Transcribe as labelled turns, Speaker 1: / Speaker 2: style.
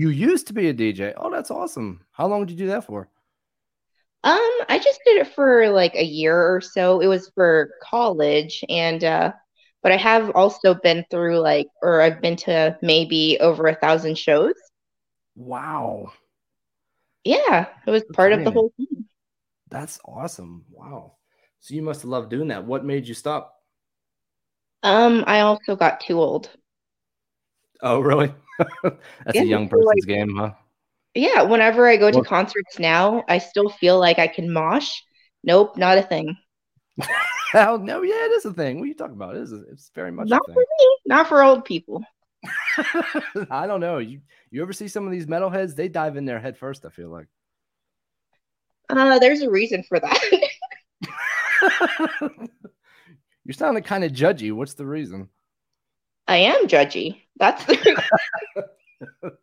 Speaker 1: You used to be a DJ. Oh, that's awesome. How long did you do that for?
Speaker 2: Um, I just did it for like a year or so. It was for college and uh but I have also been through like or I've been to maybe over a thousand shows.
Speaker 1: Wow.
Speaker 2: Yeah, it was part of the
Speaker 1: Really?
Speaker 2: whole thing.
Speaker 1: That's awesome. Wow. So you must have loved doing that. What made you stop?
Speaker 2: Um, I also got too old.
Speaker 1: Oh, really? that's
Speaker 2: Yeah,
Speaker 1: a young
Speaker 2: so, like-
Speaker 1: person's game, huh?
Speaker 2: Yeah, whenever I go to
Speaker 1: Well-
Speaker 2: concerts now, I still feel like I can mosh. Nope, not a thing.
Speaker 1: Hell Oh, no, yeah, it is a thing. What are you talking about? It is a, it's very much
Speaker 2: Not
Speaker 1: a
Speaker 2: for
Speaker 1: thing.
Speaker 2: me, not for old people.
Speaker 1: I don't know. You you ever see some of these metalheads? They dive in there head first, I feel like.
Speaker 2: Uh, there's a reason for that.
Speaker 1: You're sounding kind of judgy. What's the reason?
Speaker 2: I am judgy. That's the